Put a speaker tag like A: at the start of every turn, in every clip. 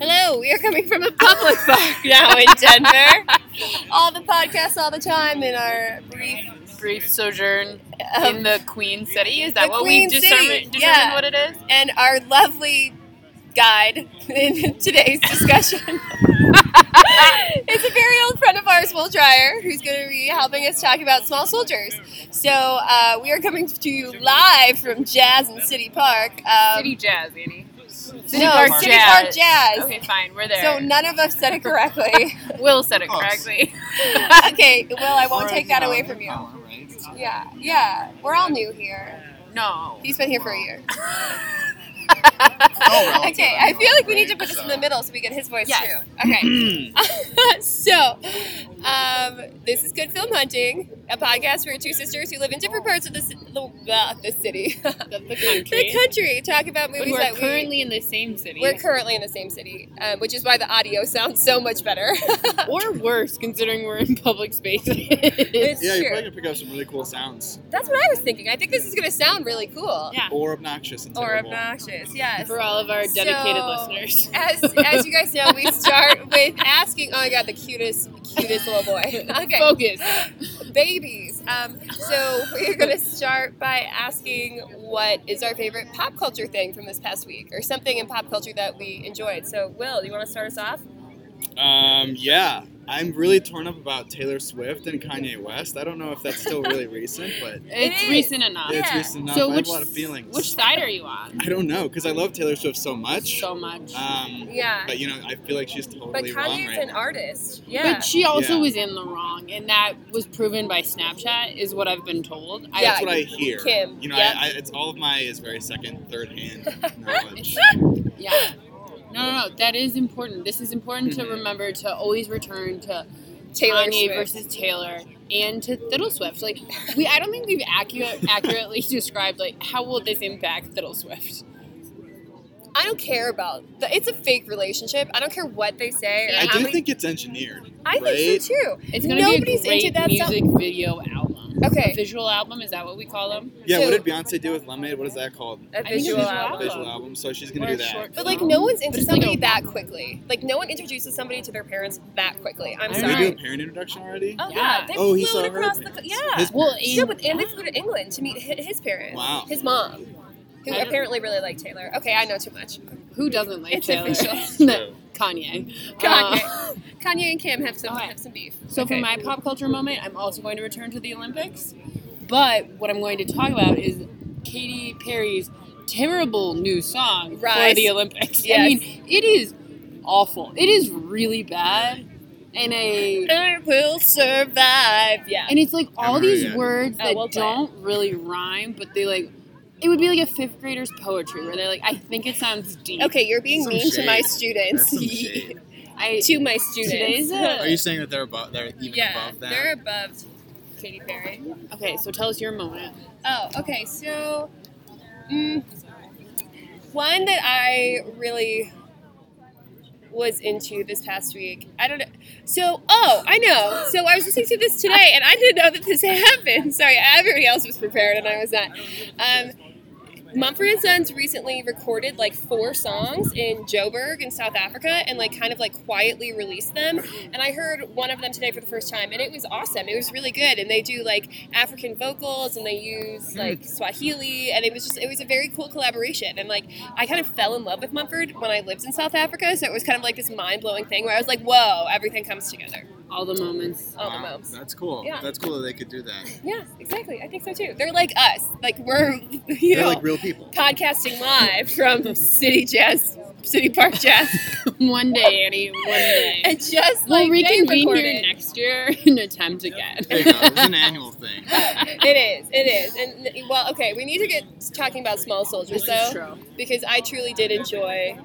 A: Hello, we are coming from a public park now in Denver. all the podcasts, all the time, in our brief
B: Brief sojourn
A: um,
B: in the Queen City. Is that
A: the
B: what
A: Queen
B: we've determined,
A: City,
B: determined
A: yeah.
B: what it is?
A: and our lovely guide in today's discussion. it's a very old friend of ours, Will Dreyer, who's going to be helping us talk about small soldiers. So uh, we are coming to you live from Jazz in City Park. Um,
B: City Jazz, Annie.
A: no, City Park Jazz.
B: Okay, fine. We're
A: So
B: there.
A: none of us said it correctly.
B: Will said it
C: Close.
B: correctly.
A: okay, Will, I won't
C: Whereas,
A: take that
C: know,
A: away
C: in
A: from you.
C: power, right? It's not-
A: Yeah, yeah. We're all new here.
B: no.
A: He's been here for a year.
C: all relative
A: Oh, okay, I feel like we
C: anyway,
A: need to put this in the
C: so-
A: middle so we get his voice
B: Yes.
A: too. Okay. so, um, this is Good Film Hunting, a podcast where two sisters who live in different parts of the, ci- the, uh, the city,
B: The, the
A: the country, talk about movies
B: We're
A: that we.
B: currently in the same city.
A: We're currently in the same city, um, which is why the audio sounds so much better.
B: or worse, considering we're in public spaces.
A: it's
C: Yeah, you're
A: true.
C: probably gonna pick up some really cool sounds,
A: That's what I was thinking. I think this is going to sound really cool.
B: Yeah.
C: or obnoxious and
A: Or
C: terrible.
A: obnoxious, yes.
B: for all of our dedicated
A: So-
B: listeners.
A: As, as you guys know, we start with asking, oh my god, the cutest, cutest little boy. Okay.
B: Focus.
A: babies. Um, so we're going to start by asking what is our favorite pop culture thing from this past week, or something in pop culture that we enjoyed. So, Will, you want to start us off?
C: Um, yeah, I'm really torn up about Taylor Swift and Kanye West. I don't know if that's still really recent, but
B: It's
A: is.
B: recent enough.
A: Yeah.
C: it's recent enough.
B: So
C: I
B: which
C: have a lot of feelings.
B: Which side are you on?
C: I don't know because I love Taylor Swift so much.
B: So much.
C: um,
A: Yeah.
C: but you know, I feel like she's totally
A: But
C: wrong
A: Kanye's
C: right
A: an
C: now.
A: artist. Yeah.
B: But she also
C: Yeah.
B: was in the wrong, and that was proven by Snapchat, is what I've been told. I-
A: Yeah.
C: That's what I hear.
A: Kim,
C: You know,
B: yeah.
C: I, I, it's all of my is very second, third hand knowledge.
B: yeah. No, no, no. That is important. This is important
C: Mm-hmm.
B: to remember to always return to
A: Taylor
B: Kanye
A: Swift.
B: versus Taylor and to Fiddle Swift. Like, we, I don't think we've accurate, accurately described like how will this impact Fiddle Swift.
A: I don't care about. The, it's a fake relationship. I don't care what they say. Or
B: Yeah,
C: I
A: how
C: do
A: many-
C: think it's engineered.
A: I think
C: right?
A: so too.
B: It's gonna
A: Nobody's
B: be a great
A: into that
B: music
A: stuff.
B: video album.
A: Okay.
B: A visual album is that what we call them?
C: Yeah,
A: So-
C: what did Beyonce do with Lemonade? What is that called?
A: A
B: think it's
A: visual
B: visual
A: album.
C: Visual album. So she's gonna
B: Or a
C: do that.
B: short
A: But like
B: film.
A: no one's
B: But
A: into
B: it's like
A: somebody
B: a-
A: that quickly. Like no one introduces somebody to their parents that quickly. I'm
B: I
C: Did
B: don't
A: sorry.
C: we do a
B: know.
C: parent introduction already?
A: Oh yeah,
B: Yeah.
A: they
C: Oh, he
A: flew
C: saw
A: it
C: her
A: across the
C: parents.
A: yeah.
C: His
B: Well,
C: parents.
B: and,
A: Yeah, but, and they flew to England to meet hi- his parents.
C: Wow.
A: His mom, who
B: I don't-
A: apparently really liked Taylor. Okay, I know too much.
B: who doesn't like
A: It's
B: Taylor?
A: official.
B: No, Kanye.
A: Kanye,
B: Uh,
A: Kanye and Kim have some
B: Okay.
A: have some beef.
B: So
A: okay.
B: for my pop culture moment, I'm also going to return to the Olympics. But what I'm going to talk about is Katy Perry's terrible new song
A: Rise.
B: for the Olympics.
A: Yes.
B: I mean, it is awful. It is really bad. And a
A: I will survive. Yeah.
B: and it's like all
C: Haven't heard
B: these
C: yet.
B: words
A: Oh,
B: that
A: we'll play it.
B: don't really rhyme, but they like it would be like a fifth grader's poetry where they're like, I think it sounds deep.
A: Okay, you're being
C: Some
A: mean to my
C: shade.
A: students.
C: That's some shade.
B: I
A: to my students.
B: Today's a-
C: Are you saying that they're above? They're even
A: yeah,
C: above that.
A: they're above Katy Perry.
B: okay, so tell us your moment.
A: Oh, okay. So, mm, one that I really was into this past week. I don't know. So, oh, I know. So I was listening to this today, and I didn't know that this happened. Sorry, everybody else was prepared, and I was not. Um, Mumford and Sons recently recorded like four songs in Joburg in South Africa and like kind of like quietly released them. And I heard one of them today for the first time and it was awesome. It was really good. And they do like African vocals and they use like Swahili and it was just it was a very cool collaboration. And like I kind of fell in love with Mumford when I lived in South Africa. So it was kind of like this mind blowing thing where I was like, whoa, everything comes together.
B: All the moments.
A: All the
C: Wow,
A: moms.
C: That's cool.
A: Yeah.
C: That's cool that they could do that.
A: Yeah, exactly. I think so too. They're like us. Like we're you
C: They're
A: know
C: like real people.
A: podcasting live from City Jazz, City Park Jazz,
B: one day, Annie, one day.
A: and just
B: We'll
A: like they
B: reconvene
A: recorded.
B: here next year and attempt again.
C: There you go. It's an annual thing.
A: It is, it is, and well, okay. We need to get talking about Small
B: This
A: Soldiers
B: is
A: though,
B: true.
A: because I truly did enjoy.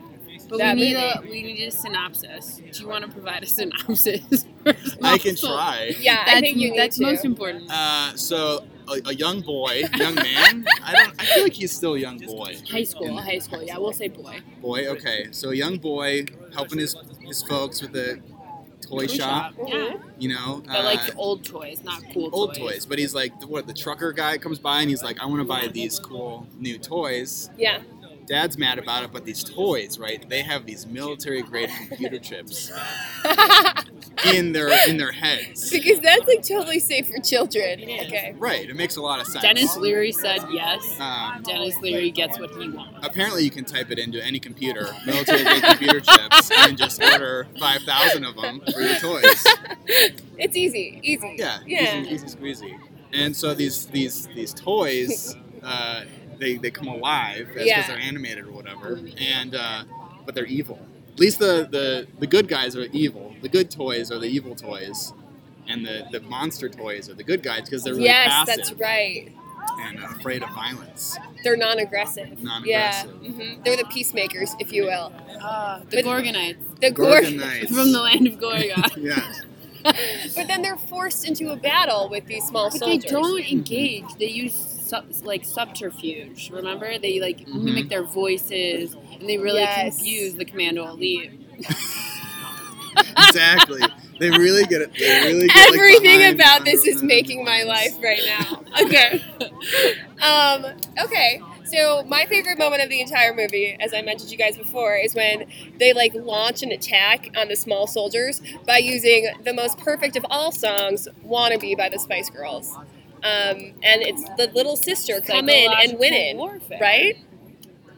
B: But
A: That
B: we need
A: movie.
B: a we need a synopsis. Do you want to provide a synopsis? for
C: I can
B: Smallfoot?
C: try.
A: Yeah,
B: That's
A: I think you need
B: that's
A: to.
B: most important.
C: Uh, so a, a young boy, young man. I don't. I feel like he's still a young boy.
B: high school, high school. Yeah, we'll say boy.
C: Boy. Okay. So a young boy helping his his folks with the toy, shop.
B: Yeah,
A: Mm-hmm.
C: You know.
B: but like the
C: uh,
B: old toys, not cool
C: old
B: toys.
C: toys. But he's like, the, what? The trucker guy comes by and he's like, I want to buy these cool new toys.
A: Yeah,
C: Dad's mad about it, but these toys, right? They have these military-grade computer chips in their in their heads.
A: because that's like totally safe for children.
B: It is.
A: Okay.
C: Right. It makes a lot of sense.
B: Dennis Leary said yes.
C: Um,
B: Dennis Leary gets what he wants.
C: apparently, you can type it into any computer, military-grade computer chips, and just order five thousand of them for your toys.
A: It's easy. Easy.
C: Yeah,
A: Yeah.
C: Easy, easy squeezy. And so these these these toys, uh, they they come alive because
A: Yeah.
C: they're animated or whatever, and uh, but they're evil. At least the, the the good guys are evil. The good toys are the evil toys, and the, the monster toys are the good guys because they're really
A: yes,
C: passive
A: that's right.
C: and afraid of violence.
A: They're non-aggressive.
C: Non-aggressive.
A: Yeah. hmm They're the peacemakers, if you will.
B: the
A: But-
B: Gorgonites
A: The gore.
C: Gorgonites.
B: from the land of Gorgon.
C: yeah,
A: But then they're forced into a battle with these small
B: But they
A: soldiers.
B: don't engage. They use sub, like subterfuge. Remember, they like
C: Mhm.
B: mimic their voices, and they really
A: Yes.
B: confuse the commando elite.
C: exactly. They really get it. They really get like,
A: Everything
C: behind
A: about this is
C: under-
A: making my life right now. Okay. um, okay. So my favorite moment of the entire movie, as I mentioned to you guys before, is when they like launch an attack on the small soldiers by using the most perfect of all songs, "Wannabe" by the Spice Girls, um, and it's the little sister come in and win
B: Psychological
A: it,
B: warfare.
A: right?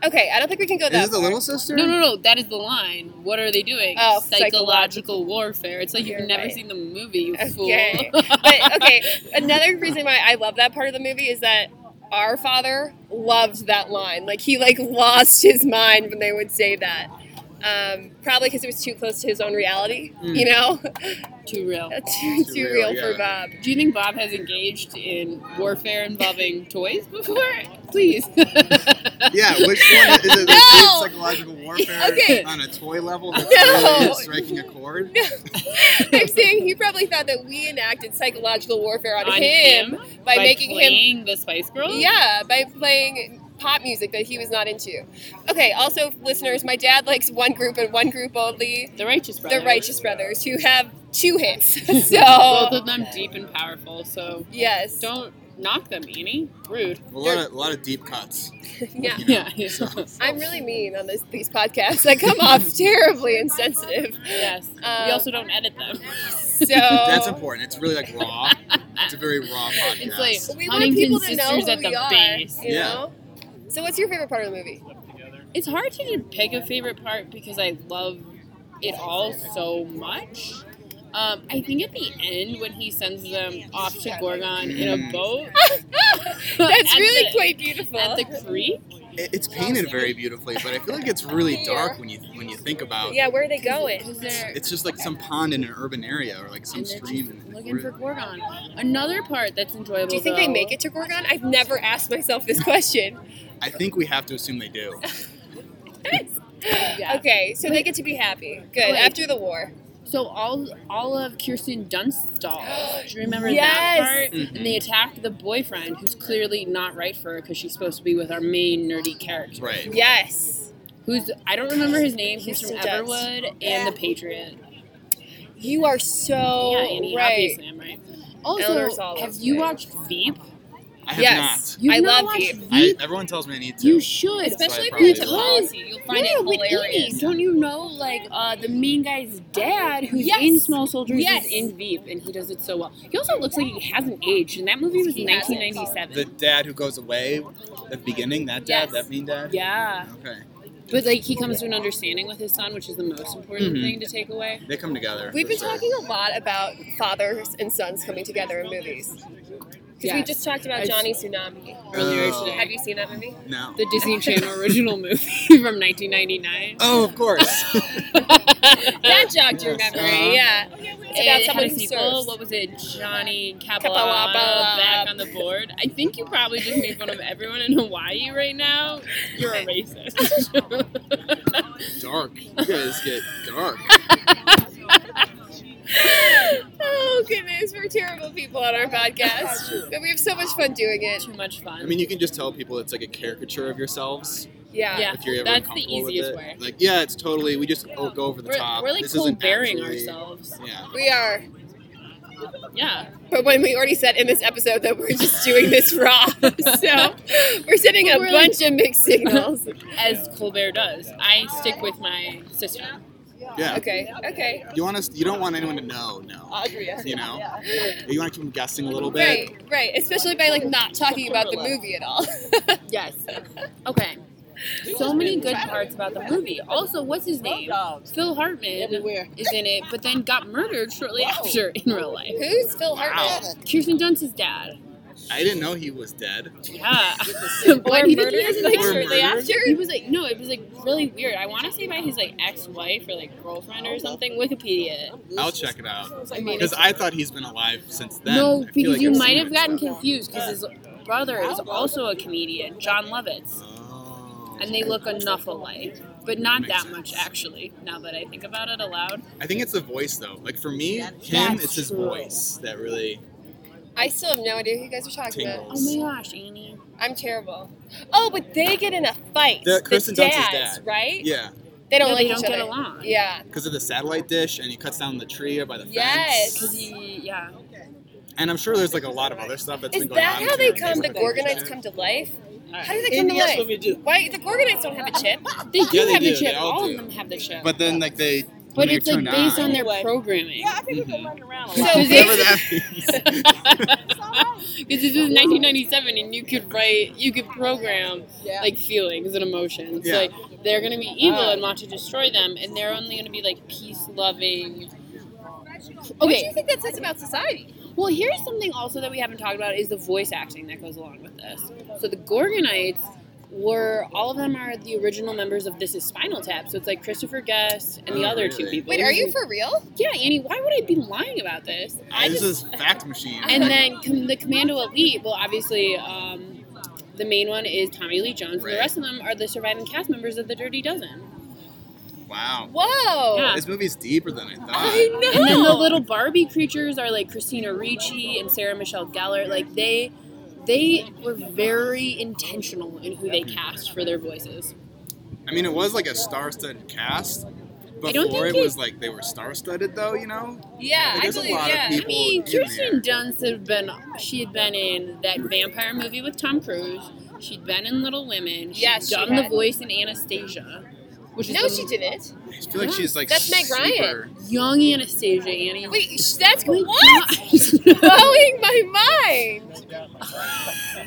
A: Okay, I don't think we can go that.
C: Is it the
A: far.
C: little sister?
B: No, no, no. That is the line. What are they doing?
A: Oh,
B: psychological warfare. It's like you've
A: You're
B: never
A: right.
B: seen the movie, you
A: Okay.
B: fool.
A: but okay, another reason why I love that part of the movie is that our father loved that line. Like he like lost his mind when they would say that. Um, probably because it was too close to his own reality,
C: Mm.
A: you know,
B: Too real.
A: too, too
C: real,
A: real for
C: yeah.
A: Bob.
B: Do you think Bob has engaged in warfare involving toys before? Please.
C: Yeah, which one is it? Like
A: No.
C: Psychological warfare
A: Okay.
C: on a toy level that's
A: No.
C: really striking a chord.
A: I'm saying he probably thought that we enacted psychological warfare on, him, by, making him,
B: playing the Spice Girls.
A: yeah, by playing pop music that he was not into. Okay, also listeners, my dad likes one group and one group only.
B: the Righteous Brothers.
A: the Righteous Brothers, who have two hits.
B: Both
A: So
B: of them deep and powerful. So
A: yes,
B: don't knock them, Annie. Rude.
C: A lot of a lot of deep cuts.
A: yeah.
C: You know,
B: Yeah.
A: I'm really mean on this, these podcasts. I come off terribly insensitive.
B: yes.
A: Um,
B: we also don't edit them.
A: So
C: That's important. It's really like raw. It's a very raw podcast.
B: It's like
A: we want
B: Huntington
A: people to know
B: sisters
A: who
B: at the
A: we are.
B: base.
A: You
C: Yeah.
A: know. So what's your favorite part of the movie?
B: It's hard to pick a favorite part because I love it all so much. Um, I think at the end when he sends them off to Gorgon in a boat.
A: That's
B: at
A: really
B: the-
A: quite beautiful.
B: At the creek,
C: It- it's painted very beautifully, but I feel like it's really dark when you when you think about.
A: yeah, where are they going?
B: because they're
C: It's just like some pond in an urban area or like some
B: and they're just
C: stream.
B: looking for Gorgon. Another part that's enjoyable.
A: Do you think they
B: though-
A: make it to Gorgon? I've never asked myself this question.
C: I think we have to assume they do.
B: Yeah.
A: Okay, so they get to be happy. Good
B: Wait.
A: after the war.
B: So all all of Kirsten Dunst's dolls. Do you remember
A: Yes.
B: that part?
C: Mhm.
B: And they attack the boyfriend, who's clearly not right for her because she's supposed to be with our main nerdy character.
C: Right.
A: Yes.
B: Who's I don't remember his name. He's from
A: Kirsten Dunst.
B: Everwood and
A: Yeah.
B: the Patriot.
A: You are so
B: yeah, Annie,
A: right.
B: obviously I'm Oh, right.
A: Eleanor
B: Also,
A: Solis,
B: have you
A: right.
B: watched Veep?
C: I have
A: Yes.
B: You've
A: I
B: not
A: love
B: watched
A: Veep.
B: Veep.
C: not. I, everyone tells me I need to.
B: you should.
A: Especially if
C: So I
A: you're into
B: probably will.
A: policy, you'll find
B: yeah,
A: it
B: with
A: hilarious.
B: Annie. Don't you know, like, uh, the mean guy's dad, who's
A: Yes.
B: in Small Soldiers,
A: Yes.
B: is in Veep, and he does it so well. He also looks like he hasn't aged, and that movie was
A: He hasn't.
B: 1997.
C: The dad who goes away at the beginning. That dad.
A: Yes.
C: That mean dad.
B: yeah,
C: Okay.
B: but like he comes to an understanding with his son, which is the most important
C: Mhm.
B: thing to take away.
C: They come together.
A: We've
C: for
A: been
C: sure.
A: talking a lot about fathers and sons coming together in movies. Because we
B: Yes.
A: just talked
B: I-
A: about Johnny Tsunami.
B: Earlier
C: Oh.
B: today,
A: Have you seen that movie?
C: No.
B: the Disney Channel original movie from 1999.
C: Oh, of course.
B: Uh,
A: That jogged your
C: Yes.
A: memory,
C: Uh-huh.
A: yeah.
B: Oh,
A: It's about
B: it
A: someone
B: had a
A: who
B: sequel.
A: serves.
B: What was it? Johnny Kapalapa
A: Kapalapa.
B: back on the board. I think you probably just made fun of everyone in Hawaii right now. You're a racist.
C: dark. You guys get dark.
A: oh, goodness. We're terrible people on our podcast. But we have so much fun doing it.
B: Too much fun.
C: I mean, you can just tell people it's like a caricature of yourselves
A: Yeah.
B: Yeah.
C: if you're ever
B: That's the
C: comfortable with
B: easiest
C: it.
B: way.
C: Like, yeah, it's totally. We just o- go over the
B: we're,
C: top.
B: we're like
C: this isn't
B: cold bearing
C: actually-
B: ourselves.
C: Yeah.
A: We are.
B: Yeah.
A: But when we already said in this episode that we're just doing this raw, so we're sending a
B: We're like-
A: bunch of mixed signals.
B: As Colbert does. I stick with my system.
C: Yeah.
A: Okay, okay,
C: You want us? You don't want anyone to know. No.
B: Oh,
C: You know. You want to keep them guessing a little bit.
A: right, right. Especially by like not talking about the movie at all.
B: Yes. Okay. So many good parts about the movie. Also, what's his name? Phil Hartman
D: Everywhere.
B: is in it, but then got murdered shortly after in real life.
A: Who's Phil Hartman?
B: Kirsten Dunst's dad.
C: I didn't know he was dead.
B: Yeah.
A: Or
B: But he did
A: murdered,
B: this,
A: like
B: like,
C: Or
A: shortly
C: murdered?
A: after.
B: He was like, no, it was like really weird. I want to say by his like ex-wife or like girlfriend or something. Wikipedia.
C: I'll check it out
D: I mean,
C: because I thought he's been alive since then. I
B: no,
C: feel
B: because
C: like
B: you
C: I've
B: might
C: seen
B: have
C: it
B: gotten
C: somewhere.
B: confused because his brother is also a comedian, John Lovitz,
C: Oh.
B: and they look enough alike, but not
C: Makes
B: that much
C: sense.
B: actually. Now that I think about it aloud,
C: I think it's the voice though. Like for me, him,
B: That's
C: it's his
B: true.
C: voice that really
A: I still have no idea who you guys are talking about.
B: oh
C: tingles.
B: my gosh, Amy.
A: I'm terrible. Oh, but they get in a fight.
C: The- Kristen Dunst's
A: dads,
C: dad.
A: right?
C: yeah,
A: They don't
B: No,
A: like
B: they don't
A: each
B: get
A: other.
B: along.
A: Yeah.
C: because of the satellite dish, and he cuts down the tree by the
A: Yes.
B: Because
C: fence.
B: he, yeah,
C: And I'm sure there's like a lot of other stuff that's
A: Is
C: been going
A: that
C: on.
A: how they
C: between
A: come? The
C: them.
A: Gorgonites come to life? How do they come
D: Amy,
A: to
D: that's what
A: life?
D: we do.
A: Why the Gorgonites don't have a chip?
B: they do
C: Yeah, they
B: have
C: do.
B: the chip.
C: They all
B: all
C: do.
B: of them have the chip.
C: But then like they. when
B: But
C: they
B: it's like
C: turn
B: based on their
D: Anyway.
B: programming.
D: I think we've been
C: Mhm.
D: running around a
A: So
D: lot.
A: they-
C: Whatever that means.
B: Because this is 1997, and you could write, you could program like feelings and emotions.
C: Yeah.
B: Like they're gonna be evil and want to destroy them, and they're only gonna be like peace loving.
A: What do you
B: Okay.
A: think that says about society?
B: Well, here's something also that we haven't talked about is the voice acting that goes along with this. So the Gorgonites were all of them are the original members of This Is Spinal Tap. So it's like Christopher Guest and the
C: Oh,
B: other two
C: really?
B: people.
A: Wait, are you for real?
B: Yeah, Annie. Why would I be lying about this? I
C: this
B: just
C: is fact machine.
B: and then com- the Commando Elite. Well, obviously, um, the main one is Tommy Lee Jones. and The
C: Right.
B: rest of them are the surviving cast members of the Dirty Dozen.
C: wow.
A: Whoa.
B: Yeah.
C: This movie's deeper than I thought.
A: I know.
B: And then the little Barbie creatures are like Christina Ricci and Sarah Michelle Gellar. Like they, they were very intentional in who they cast for their voices.
C: I mean, it was like a star-studded cast.
B: I don't
C: Before it
B: think
C: was like they were star-studded, though. You know,
A: yeah,
C: Like,
A: I
C: there's a
A: believe.
C: lot of
A: Yeah.
B: I mean,
C: people in there.
B: Kirsten Dunst had been she had been in that vampire movie with Tom Cruise. She'd been in Little Women. she
A: Yes, she
B: done the
A: had.
B: voice in Anastasia, which is
A: No,
B: the
A: she didn't.
C: I feel like she's like
A: That's Meg Ryan.
C: super-
B: Young Anastasia, Annie.
A: Wait, sh- that's
B: Oh my
A: what? Oh,
B: God.
A: Blowing my mind.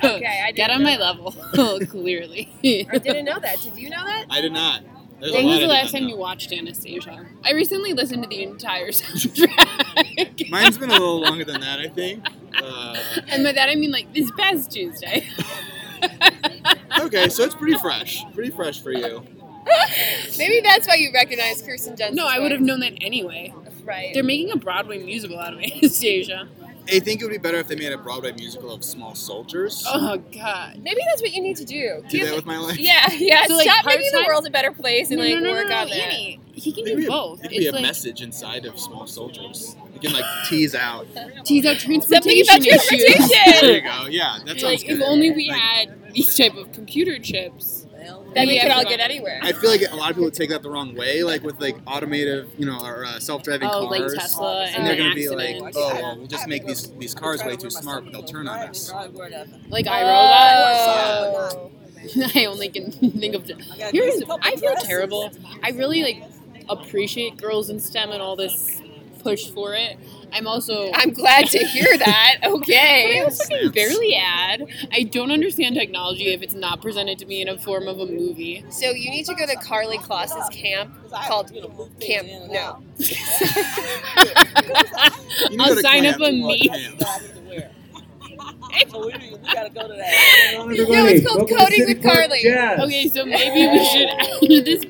A: Okay, I didn't
B: Get on
A: know
B: my level, clearly.
A: I didn't know that. Did you know that?
C: I did not. There's a
B: When
C: lot
B: was
C: I
B: the
C: did
B: last
C: not
B: time
C: know.
B: you watched Anastasia? I recently listened to the entire soundtrack.
C: Mine's been a little longer than that, I think. Uh,
B: and by that I mean like this past Tuesday.
C: okay, so it's pretty fresh. Pretty fresh for you.
A: Maybe that's why you recognize Kirsten Dunst.
B: No, I would have known that anyway.
A: Right.
B: They're making a Broadway musical out of Anastasia.
C: I think it would be better if they made a Broadway musical of Small Soldiers.
B: Oh God.
A: Maybe that's what you need to do.
C: Do
A: Give-
C: that with my life.
A: yeah, yeah.
B: So, like,
A: Stop making the
B: part-time-
A: world a better place and
B: no,
A: like
B: no, no,
A: work
B: no, no,
A: on that.
B: Annie. He can
C: It could be
B: do
C: a-
B: both.
C: It could be
B: It's
C: a
B: like
C: message inside of Small Soldiers. You can like tease out.
B: tease out
A: Something
B: transportation
A: about
B: issues.
A: transportation.
C: There you go. Yeah, that sounds
B: like
C: good.
B: if only we
C: Like,
B: had these type of computer chips.
A: Then we
B: Yeah,
A: could all
B: but-
A: get anywhere.
C: I feel like a lot of people take that the wrong way, like with like automative, you know, or uh, self-driving
B: Oh, like
C: cars.
B: Tesla
C: and,
B: and
C: they're
B: an
C: gonna be
B: accident.
C: like, oh, well, we'll just make these these cars way too smart, but they'll turn on us.
B: like iRobot.
A: Oh.
B: I only can think of. Here's I feel terrible. I really like appreciate girls in STEM and all this push for it. I'm also
A: I'm glad to hear that.
B: I
A: Okay.
B: also can barely add. I don't understand technology if it's not presented to me in a form of a movie.
A: So you need to go to Carly Kloss's camp called Camp No.
C: You can
B: I'll
C: go to
B: sign
C: camp
B: up on
C: and watch
B: me.
C: camp.
D: So we, we gotta go to that.
A: No, it's called Coding with Carly.
B: Okay, so maybe we should end this.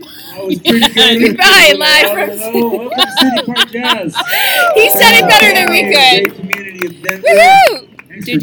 A: Goodbye, live from-
E: Hello, welcome to City Park Jazz.
A: He said it better than we
E: Great
A: could.
E: community of Denver.
A: Woohoo!
E: Thanks
B: Did
E: for